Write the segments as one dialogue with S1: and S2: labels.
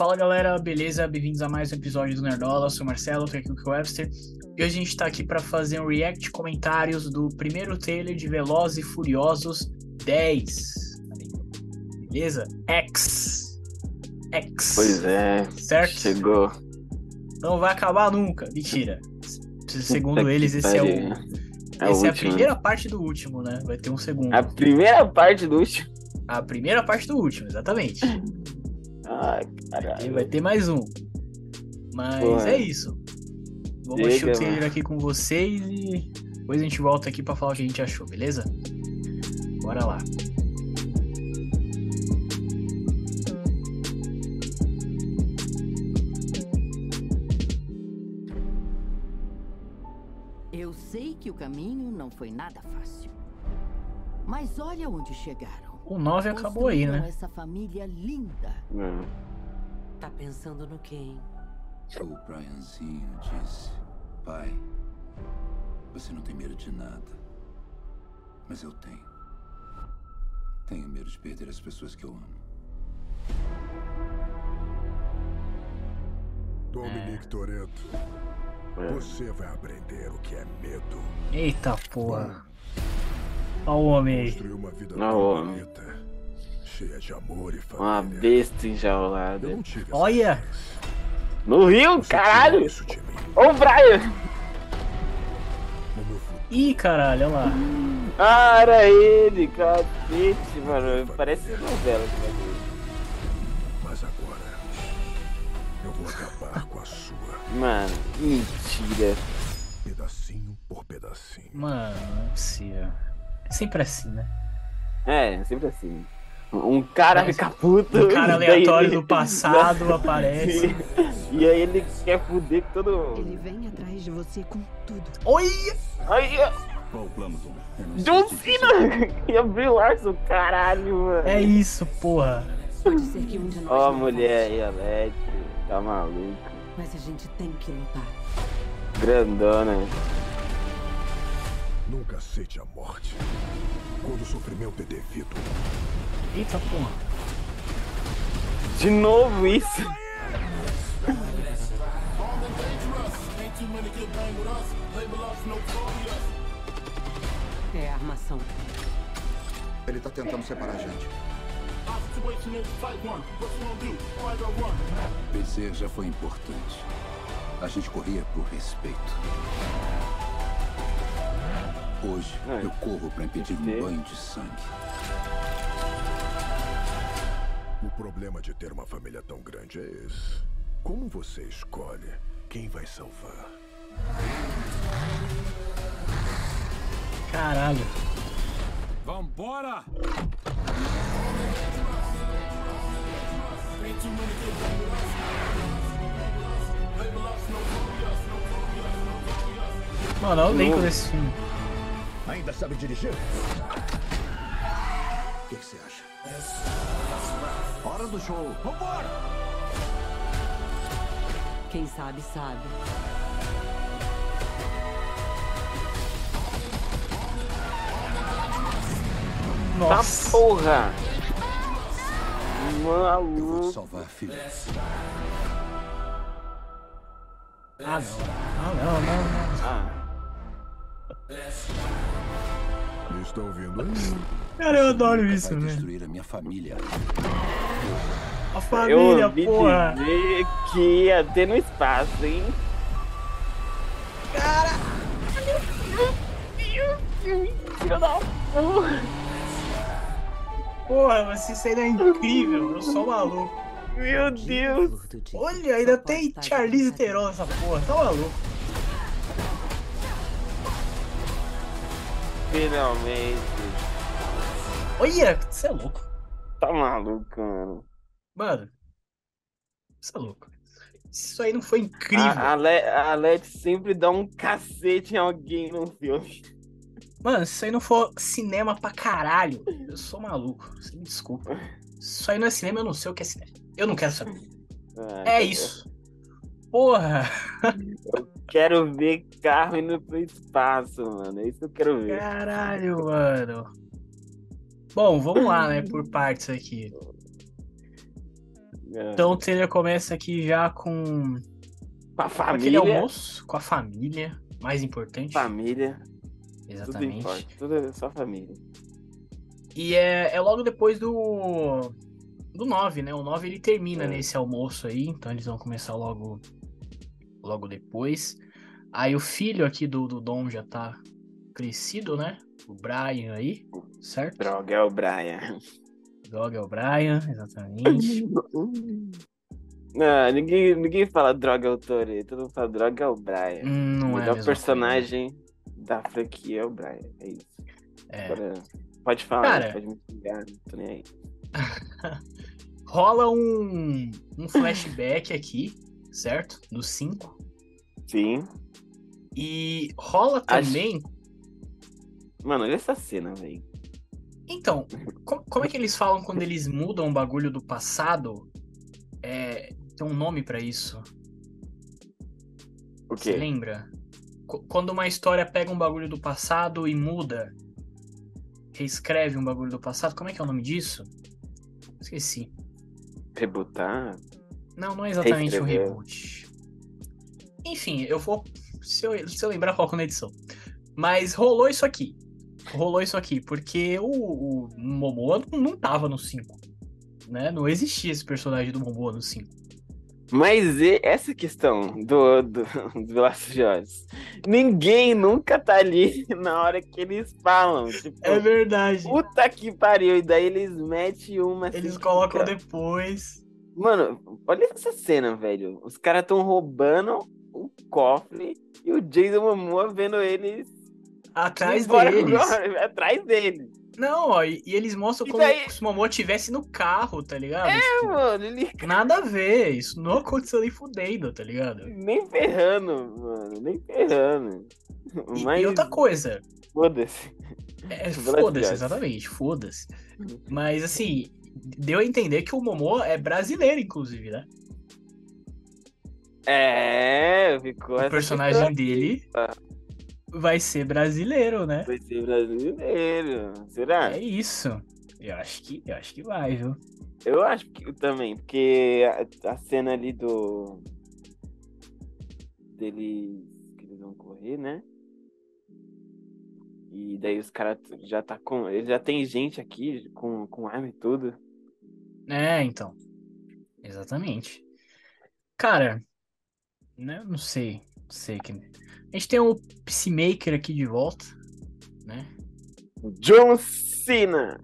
S1: Fala galera, beleza? Bem-vindos a mais um episódio do Nerdola. Eu sou o Marcelo, tô aqui com o Webster. E hoje a gente tá aqui para fazer um react comentários do primeiro trailer de Velozes e Furiosos 10. Beleza? X. X.
S2: Pois é,
S1: Certo?
S2: chegou.
S1: Não vai acabar nunca. Mentira. Segundo
S2: Puta que
S1: eles, esse é o.
S2: pariu. É o
S1: Essa é a
S2: último.
S1: primeira parte do último, né? Vai ter um segundo.
S2: A primeira parte do último.
S1: A primeira parte do último, exatamente.
S2: Ai,
S1: Aí
S2: caralho.
S1: vai ter mais um. Mas
S2: Pô,
S1: é
S2: é.
S1: isso. Vamos assistir o
S2: Chega,
S1: trailer
S2: mano.
S1: aqui com vocês e depois a gente volta aqui pra falar o que a gente achou, beleza? Bora lá.
S3: Eu sei que o caminho não foi nada fácil. Mas olha onde chegaram.
S1: O 9 acabou aí,
S3: Construíram
S1: né?
S3: Essa família linda.
S2: Hum,
S4: Tá pensando no quem?
S5: O Brianzinho disse: Pai, você não tem medo de nada. Mas eu tenho. Tenho medo de perder as pessoas que eu amo.
S6: Dominic Toretto,
S2: é.
S6: você vai aprender o que é medo.
S1: Eita porra. Olha o homem aí.
S6: Construir uma vida
S2: Não,
S6: tão
S2: homem.
S6: bonita, cheia de amor e
S2: né? Uma
S6: família.
S2: besta
S6: Eu
S2: enjaulada.
S6: não tive essa
S1: Olha!
S6: chance.
S2: No Rio,
S6: Você tirou
S1: né?
S2: caralho!
S6: Isso de mim.
S2: Ô, Brian!
S6: No meu futuro,
S1: Ih, caralho, olha lá.
S2: Ah, era ele, cacete, mano. Parece novela. né? esse bagulho.
S6: mas agora eu vou acabar com a sua,
S2: Mano, mentira.
S6: pedacinho por pedacinho.
S1: Mano, não é possível. É sempre assim, né?
S2: É, sempre assim. Um cara fica puto.
S1: Um cara
S2: e daí
S1: aleatório
S2: ele-
S1: do passado aparece.
S2: E aí ele quer fuder com todo
S7: Ele
S2: mundo.
S7: vem atrás de você com tudo.
S1: Olha!
S2: Aí,
S5: Qual o plano, Dom? Eu não sei o
S2: John
S5: que
S2: Cena! E abriu o Larson, caralho, mano.
S1: É isso, porra.
S7: Pode ser que um de nós.
S2: Ó,
S7: não
S2: mulher aí, Alete. Tá maluco.
S3: Mas a gente tem que lutar.
S2: Grandona.
S6: Nunca aceite a morte. Quando o sofrimento é devido,
S1: Eita porra.
S2: De novo isso.
S3: É a armação.
S8: Ele tá tentando separar a gente.
S5: Vencer já foi importante. A gente corria por respeito. Hoje,
S2: É.
S5: eu corro pra impedir
S2: Entendi.
S5: um banho de sangue.
S6: o problema de ter uma família tão grande é esse. Como você escolhe quem vai salvar?
S1: Caralho.
S5: Vambora!
S1: Mano, olha o elenco desse filme.
S6: Ainda sabe dirigir?
S8: O que que você acha? Hora do show.
S3: Quem sabe, sabe.
S2: Tá
S1: Nossa.
S2: porra.
S5: Eu vou te
S2: Maluco.
S5: salvar, filho.
S1: Ah, não. Ah, não, não, não.
S2: Ah,
S6: Me estão vindo aí?
S1: Cara, eu adoro
S5: Nunca
S1: isso,
S5: vai
S1: né?
S5: destruir a minha família.
S1: A
S2: eu
S1: família,
S2: ouvi
S1: porra.
S2: dizer que ia ter no espaço, hein? Cara. Meu Deus, meu Deus, filho da porra.
S1: Porra, mas isso ainda é incrível. Eu sou maluco.
S2: Meu Deus.
S3: Furto de-
S1: Olha, ainda
S3: Só
S1: tem
S3: pode estar
S1: Charlize
S3: equivocado.
S1: Theron nessa porra. Tá maluco.
S2: Finalmente.
S1: Olha, você é louco.
S2: Tá maluco, mano.
S1: Mano. Você é louco. Isso aí não foi incrível.
S2: A, a, Le, a Leti sempre dá um cacete em alguém no filme. ah.
S1: Mano, se isso aí não for cinema pra caralho, eu sou maluco. Você me desculpa. Se isso aí não é cinema, eu não sei o que é cinema. Eu não quero saber.
S2: Ah,
S1: É isso. Porra.
S2: Quero ver carro indo pro espaço, mano. É isso que eu quero ver.
S1: Caralho, mano. Bom, vamos lá, né? Por partes aqui.
S2: É.
S1: Então o trailer começa aqui já com
S2: com a
S1: Então, aquele
S2: família.
S1: almoço, com a família, mais importante.
S2: Família. Tudo
S1: exatamente.
S2: importa. Tudo é só família.
S1: E é, é logo depois do. Do 9, né? O 9 ele termina
S2: É.
S1: nesse almoço aí, então eles vão começar logo. Logo depois. Aí o filho aqui do, do Dom já tá crescido, né? O Brian aí, certo?
S2: Droga, é o Brian.
S1: Dog é o Brian, exatamente.
S2: Não, ninguém, ninguém fala droga é o Tori. Todo mundo fala droga é o Brian.
S1: Hum, Não
S2: o
S1: é. a
S2: melhor
S1: mesma
S2: personagem da franquia é o Brian. É isso.
S1: coisa. É.
S2: Agora, pode falar,
S1: Cara.
S2: pode me xingar, não tô nem aí.
S1: Rola um, um flashback aqui, certo? Do 5.
S2: Sim.
S1: E rola
S2: Acho-
S1: também.
S2: Mano, olha essa cena, velho.
S1: Então, co- como é que eles falam quando eles mudam o bagulho do passado? É, tem um nome pra isso.
S2: O
S1: Você
S2: quê?
S1: lembra? Co- Quando uma história pega um bagulho do passado e muda, reescreve um bagulho do passado, como é que é o nome disso? Esqueci.
S2: Rebutar?
S1: Não, não é exatamente um
S2: Reescrever.
S1: reboot. Enfim, eu vou. Se eu, se eu lembrar, eu coloco na edição. Mas rolou isso aqui. Rolou isso aqui, porque o, o Momoa não tava no 5. Né? Não existia esse personagem do Momoa no 5.
S2: Mas e- essa questão do, do, dos velociraptors, ninguém nunca tá ali na hora que eles falam. Tipo,
S1: É verdade.
S2: puta que pariu. E daí eles metem uma. assim,
S1: Eles
S2: que,
S1: colocam
S2: cara,
S1: depois.
S2: Mano, olha essa cena, velho. Os caras tão roubando o cofre e o Jason Momoa vendo eles
S1: Atrás
S2: indo embora
S1: deles.
S2: agora, atrás deles.
S1: Não, ó, e, e eles mostram
S2: E
S1: como
S2: daí- É,
S1: se o Momoa estivesse no carro, tá ligado? Tipo,
S2: Mano, ele
S1: nada a ver. Isso não aconteceu nem fudendo, tá ligado?
S2: nem ferrando, mano, nem ferrando.
S1: E-
S2: Mas
S1: e outra coisa,
S2: foda-se.
S1: É,
S2: Velozes
S1: foda-se,
S2: Furiosos. Uhum.
S1: exatamente, foda-se. Mas assim, deu a entender que o Momô é brasileiro, inclusive, né?
S2: É, ficou
S1: O
S2: essa
S1: personagem dele
S2: tá.
S1: vai ser brasileiro, né?
S2: Vai ser brasileiro. Será?
S1: É isso. Eu acho que, eu acho que vai, viu?
S2: Eu acho que também, porque a, a cena ali do. dele. que eles vão correr, né? E daí os caras já tá com. Ele já tem gente aqui com, com arma e tudo.
S1: É, então. Exatamente. Cara, né, eu não sei, não sei que A gente tem o Peacemaker aqui de volta, né?
S2: John Cena!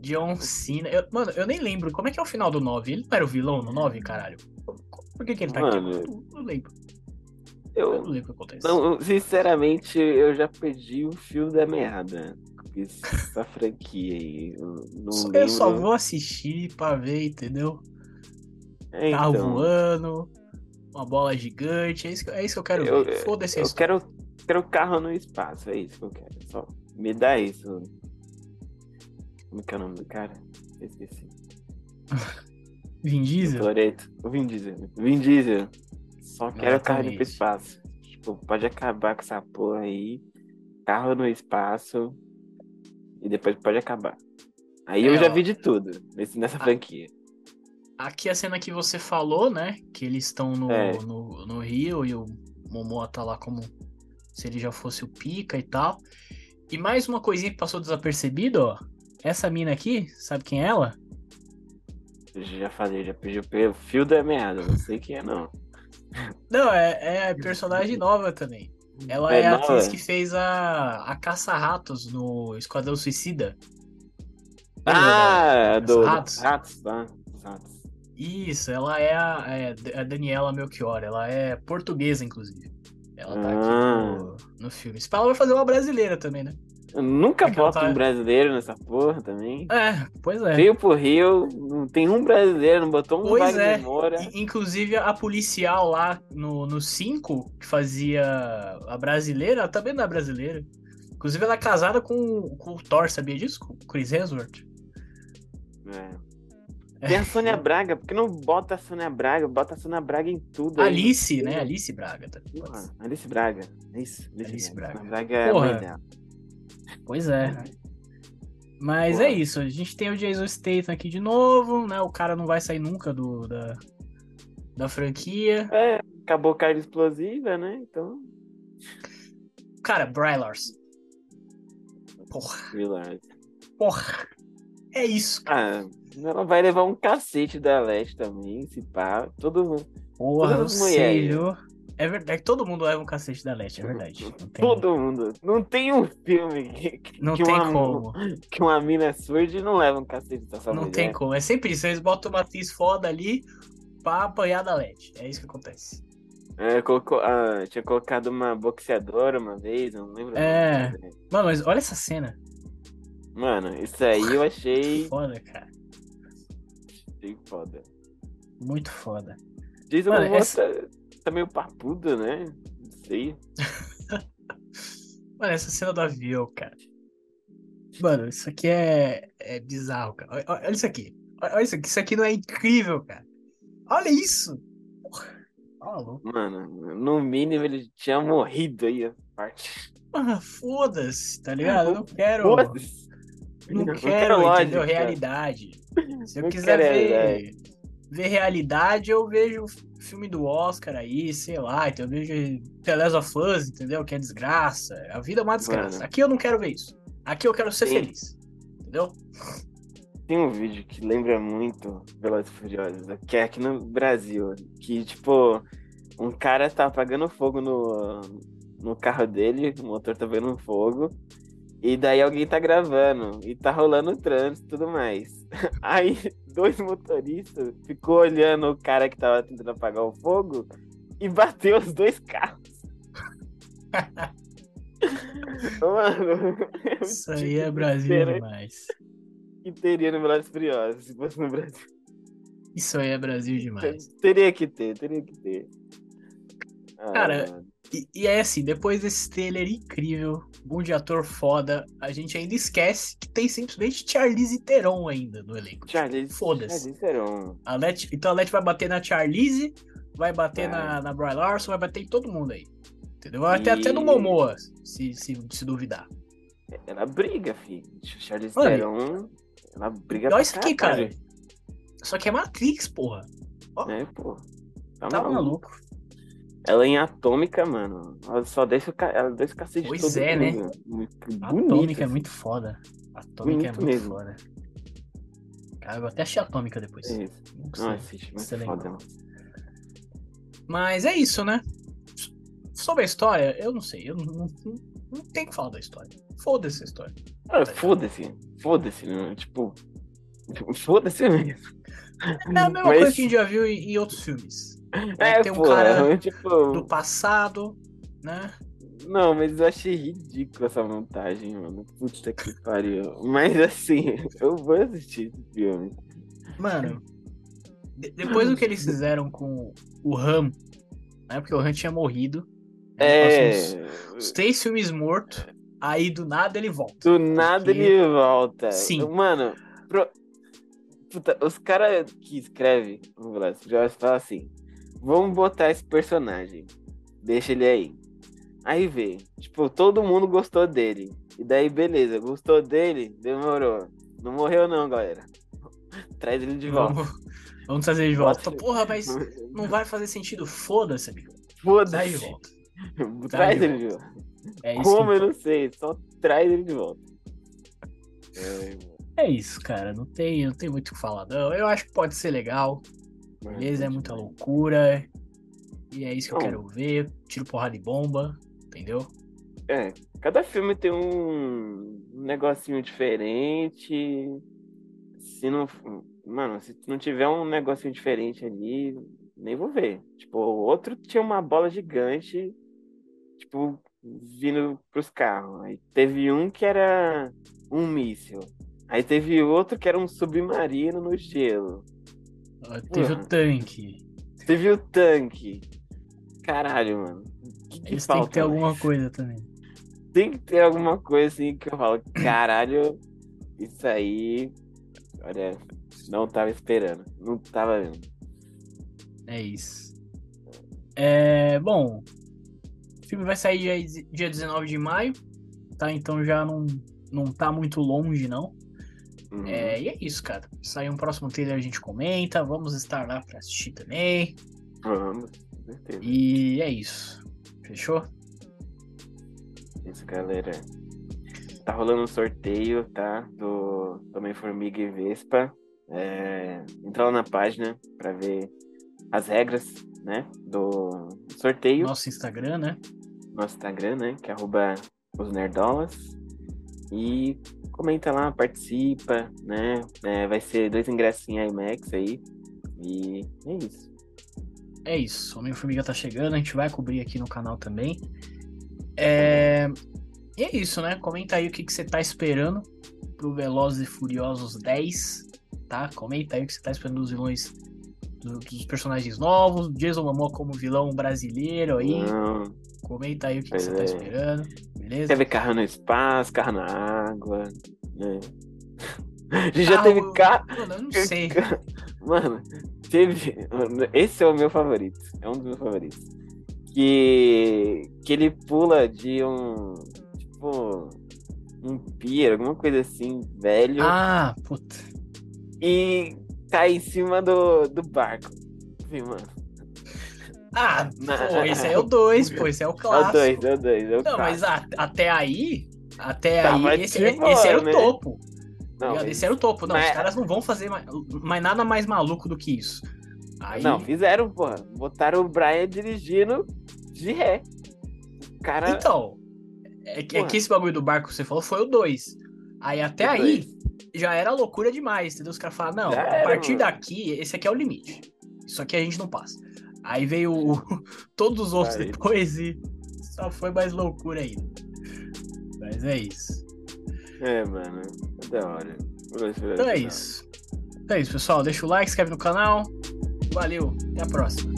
S1: John Cena. Eu- mano, eu nem lembro. Como é que é o final do 9? Ele não era o vilão no 9, caralho? Por que, que ele tá
S2: Mano,
S1: aqui? Eu não- não lembro. Eu
S2: Eu.
S1: não lembro o que acontece.
S2: Não, sinceramente, eu já perdi o fio da meada. com Essa franquia aí. Eu não
S1: Só-
S2: lembro.
S1: eu só vou assistir pra ver, entendeu?
S2: É,
S1: Carro
S2: então.
S1: tá voando, uma bola gigante. É isso que, é isso que eu quero
S2: Eu-
S1: ver. Foda-se é a
S2: Eu
S1: história.
S2: quero, quero carro no espaço, é isso que eu quero. Só me dá isso. Como que é o nome do cara? Eu Esqueci.
S1: Vin
S2: O
S1: Diesel?
S2: Toreto. O Vin Diesel. Vin Diesel. Só quero carro no
S1: Exatamente.
S2: espaço. Tipo, pode acabar com essa porra aí. Carro no espaço. E depois pode acabar. Aí eu
S1: É,
S2: já
S1: ó.
S2: vi de tudo nesse, nessa
S1: Ah.
S2: franquia.
S1: Aqui a cena que você falou, né? Que eles estão no,
S2: É.
S1: no, no Rio e o Momoa tá lá como se ele já fosse o Pica e tal. E mais uma coisinha que passou desapercebido, ó. Essa mina aqui, sabe quem é ela?
S2: Eu já falei, já pedi o fio da meada. Não sei quem é, não.
S1: Não, é, é personagem nova também. Ela
S2: É
S1: é, a
S2: nova?
S1: atriz que fez a, a Caça-Ratos no Esquadrão Suicida.
S2: Ah,
S1: Os
S2: do,
S1: ratos?
S2: ratos. Ratos, tá? Os ratos.
S1: Isso, ela é a, é a Daniela Melchior. Ela é portuguesa, inclusive. Ela tá aqui
S2: Ah.
S1: no, no filme. Se pá, ela vai fazer uma brasileira também, né?
S2: Eu nunca
S1: Porque ela
S2: boto
S1: tá-
S2: um brasileiro nessa porra também.
S1: É, pois é.
S2: Veio pro Rio, não tem um brasileiro, não botou um
S1: Pois
S2: Wagner
S1: é.
S2: Moura.
S1: I- Inclusive, a policial lá no no 5, que fazia a brasileira, ela também não é brasileira. Inclusive, ela é casada com, com o Thor, sabia disso? Com o Chris Hemsworth.
S2: É. Tem a Sônia Braga, porque não bota a Sônia Braga, bota a Sônia Braga em tudo. aí.
S1: Alice, né? Alice Braga. tá? Pode ser.
S2: Porra, Alice Braga. É isso.
S1: Alice Braga.
S2: Sônia Braga é a
S1: Porra.
S2: mãe dela.
S1: Pois é. Mas
S2: Boa.
S1: é isso, a gente tem o Jason Statham aqui de novo, né? O cara não vai sair nunca do, da, da franquia.
S2: É, acabou carga explosiva, né? Então,
S1: Cara, Brylars. Porra,
S2: Villard.
S1: porra. É isso, cara.
S2: Ah, ela vai levar um cacete da Leste também, se pá. Todo mundo.
S1: Porra, não
S2: todas as mulheres.
S1: sei, viu? É verdade, todo mundo leva um cacete da Leste, é verdade. Não tem,
S2: Todo mundo. Não tem um filme que, que-
S1: não
S2: que
S1: tem
S2: uma, tá
S1: como.
S2: que uma mina surge e não leva um cacete dessa
S1: Não
S2: mulher.
S1: tem como. É sempre isso. Eles botam uma atriz foda ali pra apanhar da LED. É isso que acontece.
S2: É, colocou, ah, tinha colocado uma boxeadora uma vez, não lembro.
S1: É. Mano, mas olha essa cena.
S2: Mano, isso aí eu achei,
S1: Foda, cara.
S2: achei foda.
S1: Muito foda.
S2: Jason
S1: Mano,
S2: Momoa
S1: essa-
S2: tá, tá meio papudo, né? Não sei.
S1: Mano, essa cena do avião, cara. Mano, isso aqui é, é bizarro, cara. Olha, olha isso aqui. Olha olha isso aqui. Isso aqui não é incrível, cara. Olha isso. Porra. Tá maluco.
S2: Mano, no mínimo ele tinha morrido aí a parte.
S1: Ah, foda-se, tá ligado? Eu não quero.
S2: Ah, Foda-se.
S1: Não
S2: Eu
S1: quero,
S2: lógica.
S1: entendeu? Realidade. Se eu
S2: Não
S1: quiser
S2: quero
S1: ver,
S2: realidade.
S1: ver realidade, eu vejo o filme do Oscar aí, sei lá, então eu vejo The Last of Us, entendeu? Que é desgraça. A vida é uma desgraça.
S2: Mano.
S1: Aqui eu não quero ver isso. Aqui eu quero ser
S2: Sim.
S1: feliz. Entendeu?
S2: Tem um vídeo que lembra muito Velozes e Furiosos, que é aqui no Brasil, que, tipo, um cara tá apagando fogo no, no carro dele, o motor tá pegando fogo, e daí alguém tá gravando, e tá rolando o trânsito e tudo mais. Aí, dois motoristas ficou olhando o cara que tava tentando apagar o fogo e bateu os dois carros. Mano, é o
S1: Isso aí
S2: tipo
S1: é
S2: de
S1: Brasil
S2: cena
S1: demais.
S2: que teria no Velozes e Furiosos, se fosse no Brasil.
S1: Isso aí é Brasil demais.
S2: Teria que ter, teria que ter. Ah,
S1: Cara,
S2: mano.
S1: E, e é assim, depois desse trailer incrível, um de ator foda, a gente ainda esquece que tem simplesmente Charlize Theron ainda no elenco.
S2: Charlize,
S1: foda-se.
S2: Charlize Theron.
S1: A Let, então a Let vai bater na Charlize, vai bater
S2: É.
S1: na, na Bry Larson, vai bater em todo mundo aí. Entendeu? Vai até,
S2: E-
S1: até no Momoa, se, se, se duvidar.
S2: Ela briga, filho. Charlize
S1: Mano,
S2: Theron. Ela briga
S1: Olha
S2: pra
S1: isso aqui, cara.
S2: caralho,
S1: Só que é Matrix, porra.
S2: Né, pô. Tá,
S1: Tá
S2: maluco.
S1: maluco.
S2: Ela é em Atômica, mano. Ela só deixa o, ca... ela deixa o cacete de
S1: Pois
S2: todo
S1: é, né?
S2: mundo. Muito bonito,
S1: Atômica é
S2: assim.
S1: muito foda. Atômica é
S2: Bonito
S1: muito
S2: mesmo.
S1: foda. Cara, eu vou até achei Atômica depois.
S2: É isso.
S1: Não sei.
S2: Não, assiste, mas
S1: isso é
S2: é
S1: legal.
S2: foda, mano.
S1: Mas é isso, né? S- Sobre a história, eu não sei. Eu não, não, não- não tem o que falar da história. Foda-se a história.
S2: Ah,
S1: É.
S2: foda-se. Foda-se, né? Tipo. Foda-se mesmo.
S1: É a mesma
S2: Hum, Mas-
S1: coisa que a gente já viu em, em outros filmes.
S2: É,
S1: tem um
S2: pô,
S1: cara
S2: tipo,
S1: Do passado, né?
S2: Não, mas eu achei ridícula essa montagem, mano. Puta que pariu. Mas assim, eu vou assistir esse filme.
S1: Mano, de- depois do que eles fizeram com o Ram, né? Porque o Ram tinha morrido.
S2: É.
S1: Passou uns, uns três filmes morto, aí do nada ele volta.
S2: Do nada ele volta.
S1: Sim.
S2: Mano, pro- Puta, os caras que escrevem o Velozes e Furiosos falam assim: vamos botar esse personagem, deixa ele aí. Aí vê, tipo, todo mundo gostou dele. E daí, beleza, gostou dele? Demorou. Não morreu, não, galera. Traz ele de volta.
S1: Vamos, vamos trazer ele de volta.
S2: Bota-
S1: Porra, mas não vai fazer sentido. Foda-se, amigo. Sai de
S2: Foda-se.
S1: volta.
S2: Traz
S1: de
S2: ele de volta.
S1: É isso,
S2: Como
S1: que-
S2: eu não sei, só traz ele de volta. É,
S1: é isso cara. Não tem, não tem muito o que falar, não. Eu acho que pode ser legal.
S2: mano,
S1: Beleza, é
S2: tipo,
S1: muita loucura. E é isso que eu
S2: Não.
S1: quero ver. Tiro porrada e bomba. Entendeu?
S2: É, cada filme tem um negocinho diferente. Se não. Mano, se não tiver um negocinho diferente ali, nem vou ver. Tipo, o outro tinha uma bola gigante, tipo, vindo pros carros. Aí teve um que era um míssil. Aí teve outro que era um submarino no gelo.
S1: Ah, Teve
S2: Ué.
S1: o tanque.
S2: Você viu o tanque? Caralho, mano. Que que
S1: Eles têm
S2: falta,
S1: que ter
S2: né?
S1: alguma coisa também.
S2: Tem que ter alguma coisa assim que eu falo, caralho, isso aí. Olha, não tava esperando. Não tava vendo.
S1: É isso. É, bom, o filme vai sair dia, dia 19 de maio, tá? Então já não, não tá muito longe, não.
S2: Uhum.
S1: É, e é isso, cara. Sair um próximo trailer a gente comenta. Vamos estar lá pra assistir também.
S2: Vamos, com certeza.
S1: E é isso. Fechou?
S2: Isso, galera. Tá rolando um sorteio, tá? Do Homem Formiga e Vespa. É, entra lá na página pra ver as regras, né? Do sorteio.
S1: Nosso Instagram, né?
S2: Nosso Instagram, né? Que é arroba os nerdolas. E comenta lá, participa, né? É, vai ser dois ingressos em IMAX aí. E é isso.
S1: É isso. Homem-Formiga tá chegando. A gente vai cobrir aqui no canal também. É... E é isso, né? Comenta aí o que, que você tá esperando pro Velozes e Furiosos 10, tá? Comenta aí o que você tá esperando dos vilões, do- dos personagens novos, Jason Momoa como vilão brasileiro aí.
S2: Não.
S1: Comenta aí o que, que
S2: Uhum.
S1: você
S2: Pois
S1: tá
S2: é.
S1: esperando, beleza?
S2: Teve carro no espaço, carro na água, né? A gente já
S1: Carro-
S2: teve carro.
S1: Mano, eu não sei.
S2: Mano, teve. Esse é o meu favorito. É um dos meus favoritos. Que. Que ele pula de um. Tipo. Um pier, alguma coisa assim, velho.
S1: Ah, puta.
S2: E cai em cima do, do barco. Assim, mano.
S1: Ah,
S2: Na-
S1: pô, esse aí é o 2, pô, esse é o
S2: Né? É o
S1: clássico.
S2: dois, é o dois. É
S1: Não,
S2: o clássico.
S1: mas a- até aí. Até
S2: Tá, mas
S1: aí, esse,
S2: tipo,
S1: esse era o
S2: né?
S1: topo.
S2: Não,
S1: ligado?
S2: mas-
S1: Esse era o topo. Não,
S2: mas-
S1: os caras não vão fazer mais, mais nada mais maluco do que isso. Aí,
S2: Não, fizeram, porra. Botaram o Brian dirigindo de ré. O cara.
S1: Então, é que, é
S2: Porra.
S1: que esse bagulho do barco que você falou foi o 2. Aí até
S2: O
S1: aí já era loucura demais, entendeu? Os caras falaram, não,
S2: Já
S1: a
S2: era,
S1: partir
S2: mano.
S1: daqui, esse aqui é o limite. Isso aqui a gente não passa. Aí veio o- todos os outros
S2: Aí.
S1: depois e só foi mais loucura ainda. Mas é isso.
S2: É, mano. é Da hora.
S1: é Então é isso. Então é isso, pessoal. Deixa o like, se inscreve no canal. Valeu, até a próxima.